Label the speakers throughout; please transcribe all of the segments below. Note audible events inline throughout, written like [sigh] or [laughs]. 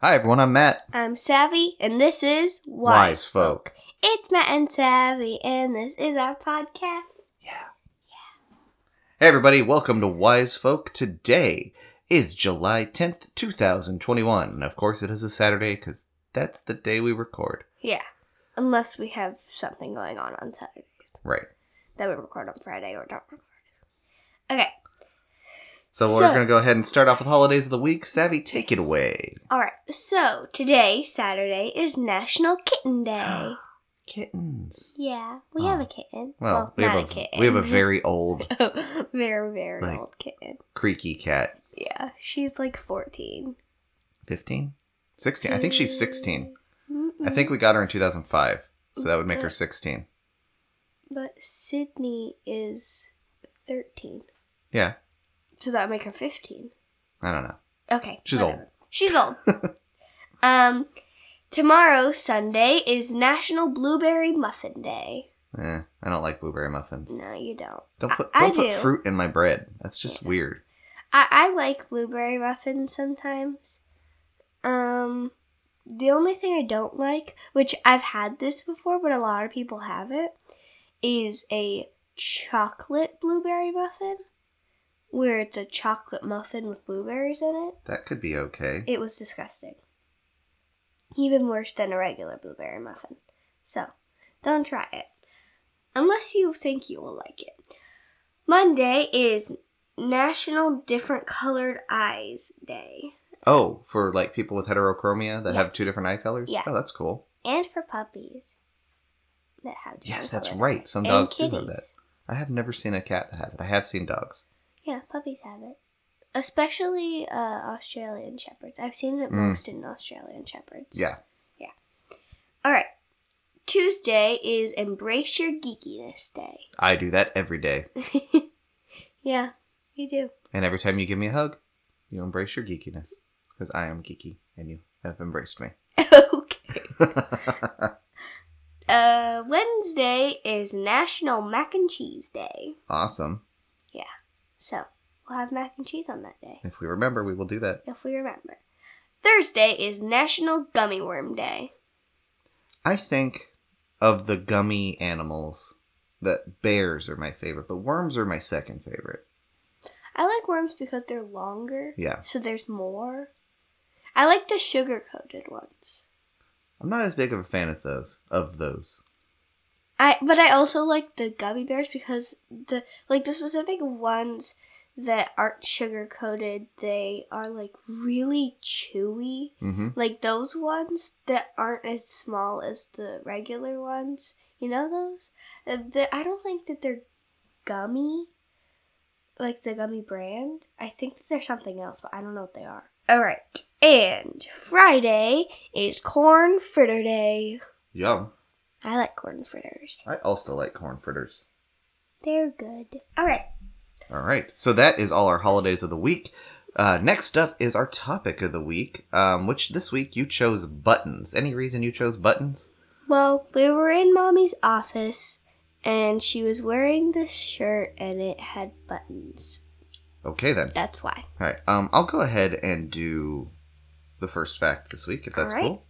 Speaker 1: Hi everyone, I'm Matt.
Speaker 2: I'm Savvy, and this is
Speaker 1: Wise Folk.
Speaker 2: It's Matt and Savvy, and this is our podcast.
Speaker 1: Hey everybody, welcome to Wise Folk. Today is July 10th, 2021. And of course it is a Saturday because that's the day we record.
Speaker 2: Yeah, unless we have something going on on Saturdays,
Speaker 1: Right.
Speaker 2: then we record on Friday or don't record. Okay,
Speaker 1: So,
Speaker 2: So-
Speaker 1: we're going to go ahead and start off with holidays of the week. Savvy, take it away.
Speaker 2: all right. So today, Saturday, is National
Speaker 1: [gasps]
Speaker 2: Kitten Day.
Speaker 1: Kittens.
Speaker 2: yeah, we
Speaker 1: Oh.
Speaker 2: have a kitten.
Speaker 1: Well, we,
Speaker 2: not
Speaker 1: have
Speaker 2: a, kitten. [laughs]
Speaker 1: we have a very old
Speaker 2: very very
Speaker 1: like-
Speaker 2: old kitten.
Speaker 1: creaky cat.
Speaker 2: Yeah, she's like fourteen.
Speaker 1: 15? 16. I think she's 16. I
Speaker 2: Mm-mm.
Speaker 1: think we got her in 2005. So that would make her
Speaker 2: Mm-hmm.
Speaker 1: 16.
Speaker 2: But Sydney is thirteen,
Speaker 1: Yeah.
Speaker 2: so that make her fifteen.
Speaker 1: I don't know.
Speaker 2: Okay.
Speaker 1: She's old. [laughs]
Speaker 2: She's old. um, tomorrow, Sunday, is National Blueberry Muffin Day.
Speaker 1: Eh, I don't like blueberry muffins.
Speaker 2: No, you don't.
Speaker 1: Don't
Speaker 2: I-
Speaker 1: put
Speaker 2: I
Speaker 1: don't put
Speaker 2: do.
Speaker 1: fruit in my bread. That's just weird.
Speaker 2: I, I like blueberry muffins sometimes. Um, the only thing I don't like, which I've had this before, but a lot of people haven't, is a chocolate blueberry muffin, where it's a chocolate muffin with blueberries in it.
Speaker 1: That could be okay.
Speaker 2: It was disgusting. Even worse than a regular blueberry muffin. So, don't try it. Unless you think you will like it. Monday is National Different Colored Eyes Day.
Speaker 1: oh, for like people with heterochromia that
Speaker 2: Yeah.
Speaker 1: have two different eye colors.
Speaker 2: Yeah.
Speaker 1: Oh, that's cool.
Speaker 2: And for puppies. That have
Speaker 1: Yes,
Speaker 2: different
Speaker 1: that's
Speaker 2: colored
Speaker 1: right.
Speaker 2: eyes.
Speaker 1: Some
Speaker 2: And
Speaker 1: dogs do have
Speaker 2: kitties.
Speaker 1: I have never seen a cat that has it. I have seen dogs.
Speaker 2: Yeah, puppies have it. Especially uh, Australian Shepherds. I've seen it
Speaker 1: Mm.
Speaker 2: most in Australian Shepherds.
Speaker 1: Yeah.
Speaker 2: All right. Tuesday is Embrace Your Geekiness Day.
Speaker 1: I do that every
Speaker 2: [laughs]
Speaker 1: day.
Speaker 2: yeah, you do. [laughs]
Speaker 1: And every time you give me a hug, you embrace your geekiness. Because I am geeky and you have embraced me. [laughs]
Speaker 2: okay. Uh, Wednesday is National Mac and Cheese Day.
Speaker 1: awesome.
Speaker 2: So, we'll have mac and cheese on that day,
Speaker 1: If we remember, we will do that.
Speaker 2: if we remember. Thursday is National Gummy Worm Day.
Speaker 1: I think of the gummy animals that bears are my favorite, but worms are my second favorite.
Speaker 2: I like worms because they're longer,
Speaker 1: Yeah.
Speaker 2: so there's more. I like the sugar coated ones.
Speaker 1: I'm not as big of a fan as those of those.
Speaker 2: I but I also like the gummy bears because the like the specific ones that aren't sugar coated, they are like really chewy.
Speaker 1: hmm
Speaker 2: like those ones that aren't as small as the regular ones. You know those? Uh, the- I don't think that they're gummy, like the gummy brand. I think that they're something else, but I don't know what they are. All right. And Friday is corn fritter day.
Speaker 1: Yum.
Speaker 2: I like corn fritters.
Speaker 1: I also like corn fritters.
Speaker 2: They're good. All right.
Speaker 1: All right. So that is all our holidays of the week. Uh, next up is our topic of the week, um, which this week you chose buttons. Any reason you chose buttons?
Speaker 2: Well, we were in mommy's office and she was wearing this shirt and it had buttons.
Speaker 1: Okay then.
Speaker 2: That's why.
Speaker 1: All right. Um, I'll go ahead and do the first fact this week, if that's
Speaker 2: All right.
Speaker 1: cool.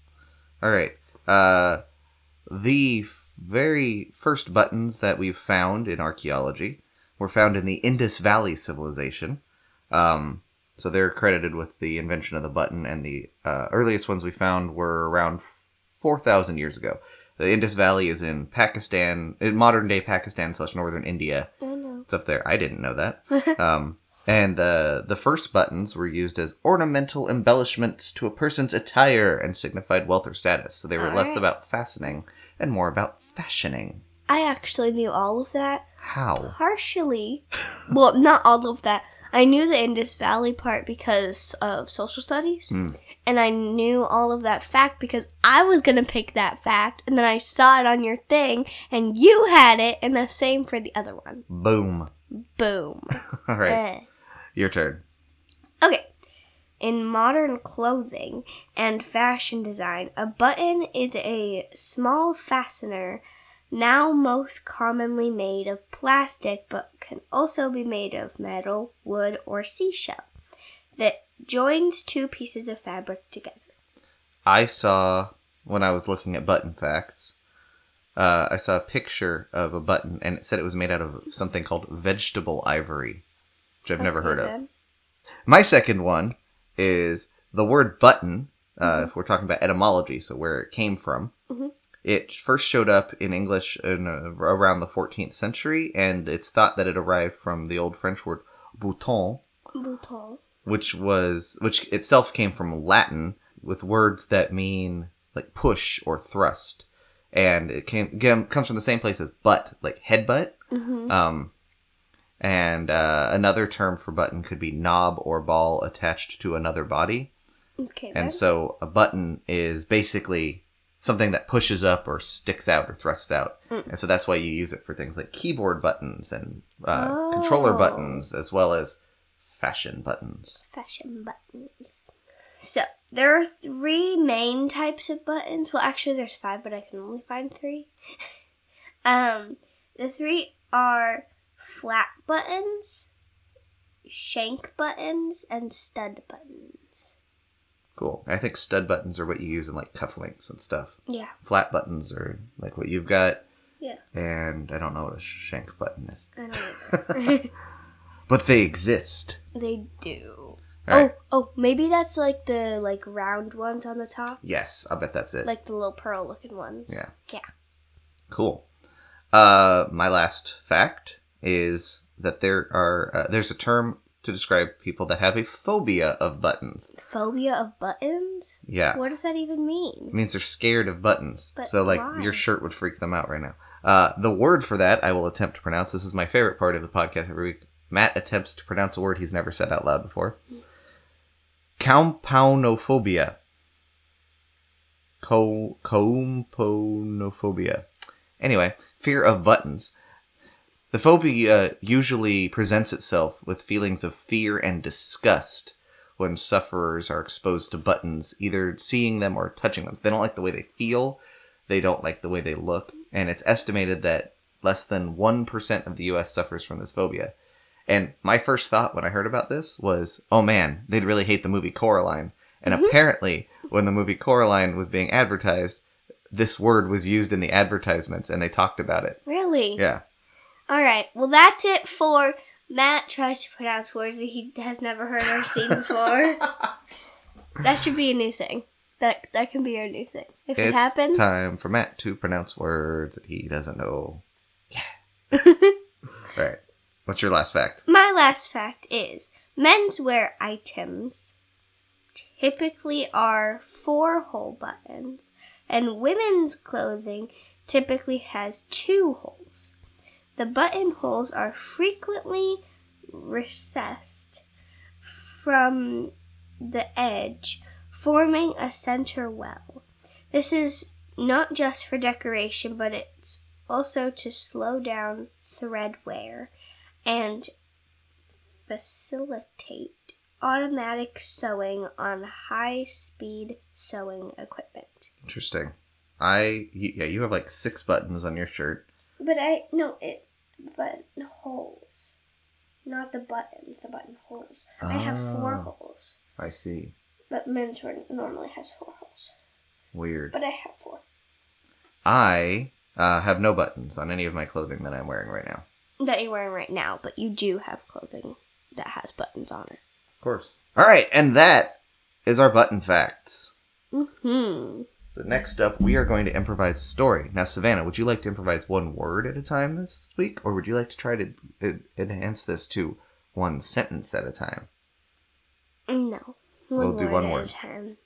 Speaker 1: All right. Uh, the f- very first buttons that we've found in archaeology were found in the Indus Valley civilization. Um, so they're credited with the invention of the button, and the uh, earliest ones we found were around 4,000 years ago. The Indus Valley is in Pakistan, in modern day Pakistan slash northern India.
Speaker 2: I know.
Speaker 1: It's up there. I didn't know
Speaker 2: [laughs]
Speaker 1: that. um, and the the first buttons were used as ornamental embellishments to a person's attire and signified wealth or status. So they were
Speaker 2: All
Speaker 1: less
Speaker 2: right.
Speaker 1: about fastening and more about fashioning.
Speaker 2: I actually knew all of that.
Speaker 1: How?
Speaker 2: Partially, well, not all of that. I knew the Indus Valley part because of social studies.
Speaker 1: Hmm.
Speaker 2: And I knew all of that fact because I was going to pick that fact. And then I saw it on your thing, and you had it, and the same for the other one.
Speaker 1: Boom. [laughs]
Speaker 2: Boom.
Speaker 1: All right,
Speaker 2: Eh.
Speaker 1: your turn.
Speaker 2: Okay. In modern clothing and fashion design, a button is a small fastener now most commonly made of plastic but can also be made of metal, wood, or seashell that joins two pieces of fabric together.
Speaker 1: I saw when I was looking at button facts. Uh, I saw a picture of a button, and it said it was made out of something called vegetable ivory, which I've never
Speaker 2: Okay,
Speaker 1: heard of.
Speaker 2: then.
Speaker 1: My second one is the word button. Uh, If we're talking about etymology, so where it came from,
Speaker 2: Mhm.
Speaker 1: it first showed up in English in, uh, around the 14th century, and it's thought that it arrived from the old French word bouton,
Speaker 2: Bouton.
Speaker 1: which was which itself came from Latin with words that mean like push or thrust, and it came gam- comes from the same place as butt, like headbutt.
Speaker 2: Mm-hmm.
Speaker 1: Um, and uh, another term for button could be knob or ball attached to another body.
Speaker 2: Okay, then.
Speaker 1: And so a button is basically something that pushes up or sticks out or thrusts out.
Speaker 2: Mm.
Speaker 1: And so that's why you use it for things like keyboard buttons and uh, controller
Speaker 2: Oh.
Speaker 1: buttons as well as fashion buttons.
Speaker 2: Fashion buttons. So, there are three main types of buttons. Well, actually, there's five, but I can only find three. [laughs] um, the three are flat buttons, shank buttons, and stud buttons.
Speaker 1: Cool. I think stud buttons are what you use in like cufflinks and stuff.
Speaker 2: Yeah.
Speaker 1: Flat buttons are like what you've got.
Speaker 2: Yeah.
Speaker 1: And I don't know what a shank button is,
Speaker 2: I
Speaker 1: [laughs]
Speaker 2: don't either.
Speaker 1: but they exist.
Speaker 2: [laughs] they do.
Speaker 1: All right.
Speaker 2: Oh, oh, maybe that's like the like round ones on the top,
Speaker 1: Yes, I bet that's it.
Speaker 2: like the little pearl looking ones.
Speaker 1: Yeah.
Speaker 2: Yeah.
Speaker 1: cool. Uh, my last fact is that there are uh, there's a term to describe people that have a phobia of buttons.
Speaker 2: Phobia of buttons?
Speaker 1: Yeah,
Speaker 2: What does that even
Speaker 1: it
Speaker 2: mean?
Speaker 1: means they're scared of buttons.
Speaker 2: But
Speaker 1: so like
Speaker 2: why?
Speaker 1: your shirt would freak them out right now. Uh, the word for that I will attempt to pronounce. This is my favorite part of the podcast every week. Matt attempts to pronounce a word he's never said out loud before. Compoundophobia. Co- componophobia. Anyway, fear of buttons. The phobia usually presents itself with feelings of fear and disgust when sufferers are exposed to buttons, either seeing them or touching them. So they don't like the way they feel, they don't like the way they look, and it's estimated that less than 1% of the US suffers from this phobia. And my first thought when I heard about this was, oh man, they'd really hate the movie Coraline. And
Speaker 2: Mhm.
Speaker 1: apparently, when the movie Coraline was being advertised, this word was used in the advertisements and they talked about it.
Speaker 2: Really?
Speaker 1: Yeah.
Speaker 2: All right. Well, that's it for Matt tries to pronounce words that he has never heard or
Speaker 1: [laughs]
Speaker 2: seen before. that should be a new thing. That that can be our new thing. If it
Speaker 1: it's
Speaker 2: happens,
Speaker 1: time for Matt to pronounce words that he doesn't know. Yeah. [laughs] All right. What's your last fact?
Speaker 2: My last fact is menswear items typically are four hole buttons, and women's clothing typically has two holes. The button holes are frequently recessed from the edge, forming a center well. This is not just for decoration, but it's also to slow down thread wear and facilitate automatic sewing on high speed sewing equipment.
Speaker 1: Interesting. I y- yeah, you have like six buttons on your shirt.
Speaker 2: But I no it buttonholes. Not the buttons, the buttonholes. I have four
Speaker 1: Oh.
Speaker 2: holes.
Speaker 1: I see.
Speaker 2: But menswear normally has four holes.
Speaker 1: Weird.
Speaker 2: But I have four.
Speaker 1: I uh, have no buttons on any of my clothing that I'm wearing right now.
Speaker 2: That you're wearing right now, but you do have clothing that has buttons on it.
Speaker 1: Of course. All right, and that is our button facts.
Speaker 2: Mm-hmm.
Speaker 1: So next up, we are going to improvise a story. Now, Savannah, would you like to improvise one word at a time this week, or would you like to try to uh, enhance this to one sentence at a time?
Speaker 2: No.
Speaker 1: We'll do one word.
Speaker 2: At a time.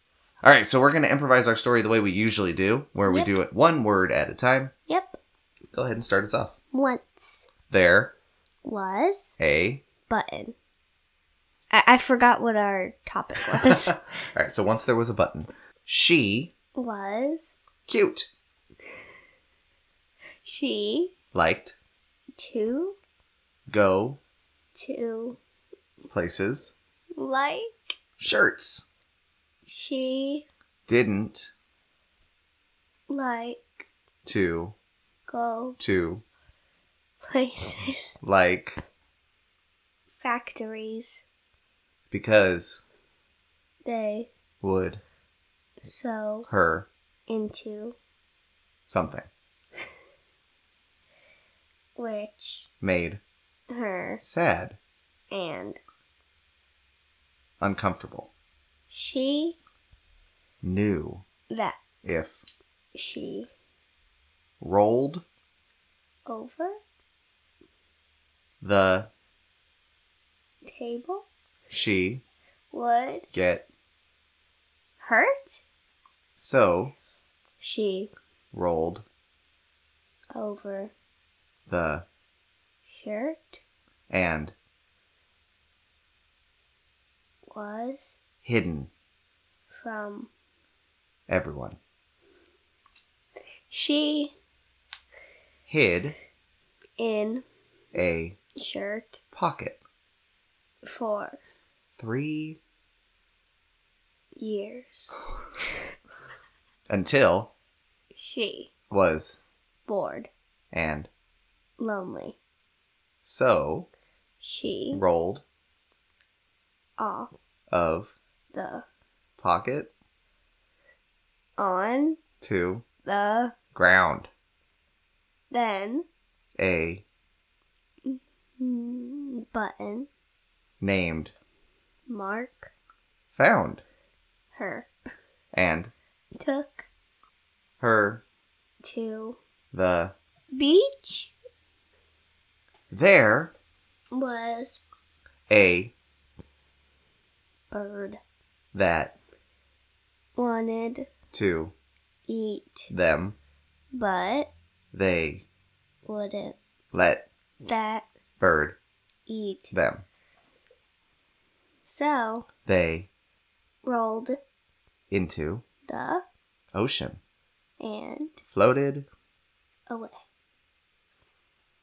Speaker 1: All right, so we're going to improvise our story the way we usually do, where we
Speaker 2: Yep.
Speaker 1: do it one word at a time.
Speaker 2: Yep.
Speaker 1: Go ahead and start us off.
Speaker 2: Once
Speaker 1: There,
Speaker 2: was
Speaker 1: a.
Speaker 2: button. I, I forgot what our topic was.
Speaker 1: All right, so once there was a button. She,
Speaker 2: was
Speaker 1: cute,
Speaker 2: she
Speaker 1: liked,
Speaker 2: to
Speaker 1: go,
Speaker 2: to
Speaker 1: places,
Speaker 2: like
Speaker 1: shirts,
Speaker 2: she
Speaker 1: didn't,
Speaker 2: like
Speaker 1: to,
Speaker 2: go
Speaker 1: to,
Speaker 2: places
Speaker 1: like,
Speaker 2: factories
Speaker 1: because,
Speaker 2: they
Speaker 1: would,
Speaker 2: so
Speaker 1: her
Speaker 2: into
Speaker 1: something
Speaker 2: which
Speaker 1: made
Speaker 2: her
Speaker 1: sad,
Speaker 2: and
Speaker 1: uncomfortable,
Speaker 2: she
Speaker 1: knew
Speaker 2: that
Speaker 1: if
Speaker 2: she
Speaker 1: rolled
Speaker 2: over
Speaker 1: the
Speaker 2: table
Speaker 1: she
Speaker 2: would
Speaker 1: get
Speaker 2: hurt
Speaker 1: so
Speaker 2: she
Speaker 1: rolled
Speaker 2: over
Speaker 1: the
Speaker 2: shirt
Speaker 1: and
Speaker 2: was
Speaker 1: hidden
Speaker 2: from
Speaker 1: everyone
Speaker 2: she
Speaker 1: hid
Speaker 2: in
Speaker 1: a
Speaker 2: shirt
Speaker 1: pocket
Speaker 2: for
Speaker 1: three
Speaker 2: years
Speaker 1: until
Speaker 2: she
Speaker 1: was
Speaker 2: bored
Speaker 1: and
Speaker 2: lonely
Speaker 1: so
Speaker 2: she
Speaker 1: rolled
Speaker 2: off
Speaker 1: of
Speaker 2: the
Speaker 1: pocket
Speaker 2: on
Speaker 1: to
Speaker 2: the
Speaker 1: ground
Speaker 2: then
Speaker 1: a
Speaker 2: mm, button
Speaker 1: named
Speaker 2: mark
Speaker 1: found
Speaker 2: her
Speaker 1: and
Speaker 2: took
Speaker 1: her
Speaker 2: to
Speaker 1: the
Speaker 2: beach
Speaker 1: there
Speaker 2: was
Speaker 1: a
Speaker 2: bird
Speaker 1: that
Speaker 2: wanted
Speaker 1: to
Speaker 2: eat
Speaker 1: them
Speaker 2: but
Speaker 1: they
Speaker 2: wouldn't
Speaker 1: let
Speaker 2: that
Speaker 1: bird
Speaker 2: eat
Speaker 1: them
Speaker 2: so
Speaker 1: they
Speaker 2: rolled
Speaker 1: into
Speaker 2: the
Speaker 1: ocean
Speaker 2: and
Speaker 1: floated
Speaker 2: away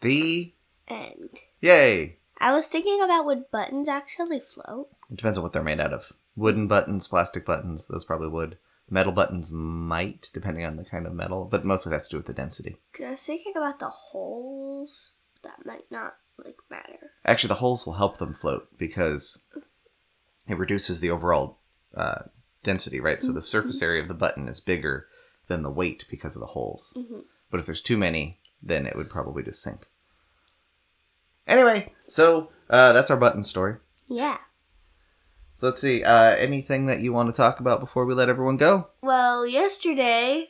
Speaker 1: the
Speaker 2: and
Speaker 1: yay
Speaker 2: I was thinking about would buttons actually float?
Speaker 1: it depends on what they're made out of wooden buttons plastic buttons those probably would metal buttons might depending on the kind of metal but mostly has to do with the density
Speaker 2: Cause I was thinking about the holes that might not like matter.
Speaker 1: actually the holes will help them float because it reduces the overall uh, density right so the surface area of the button is bigger than the weight because of the holes
Speaker 2: Mm-hmm.
Speaker 1: But if there's too many, then it would probably just sink. Anyway, so uh, that's our button story.
Speaker 2: Yeah.
Speaker 1: So let's see. Uh, anything that you want to talk about before we let everyone go?
Speaker 2: Well, yesterday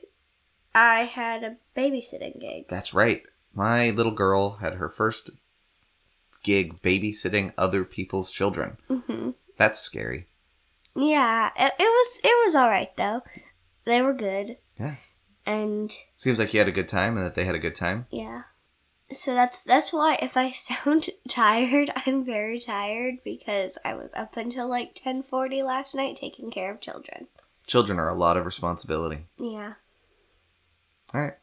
Speaker 2: I had a babysitting gig.
Speaker 1: That's right. My little girl had her first gig babysitting other people's children.
Speaker 2: hmm
Speaker 1: That's scary.
Speaker 2: Yeah, it, it was it was all right though. They were good.
Speaker 1: Yeah.
Speaker 2: And
Speaker 1: Seems like you had a good time and that they had a good time.
Speaker 2: yeah. So that's that's why if I [laughs] sound tired, I'm very tired because I was up until like 10:40 last night taking care of children.
Speaker 1: Children are a lot of responsibility.
Speaker 2: Yeah.
Speaker 1: All right.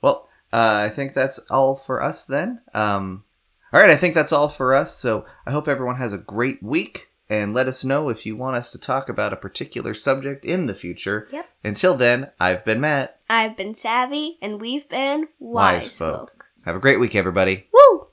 Speaker 1: Well, uh, I think that's all for us then. Um, all right, I think that's all for us. So I hope everyone has a great week and let us know if you want us to talk about a particular subject in the future.
Speaker 2: Yep.
Speaker 1: Until then, I've been Matt.
Speaker 2: I've been savvy and we've been
Speaker 1: Wise
Speaker 2: wise,
Speaker 1: folk.
Speaker 2: folk.
Speaker 1: Have a great week, everybody.
Speaker 2: Woo!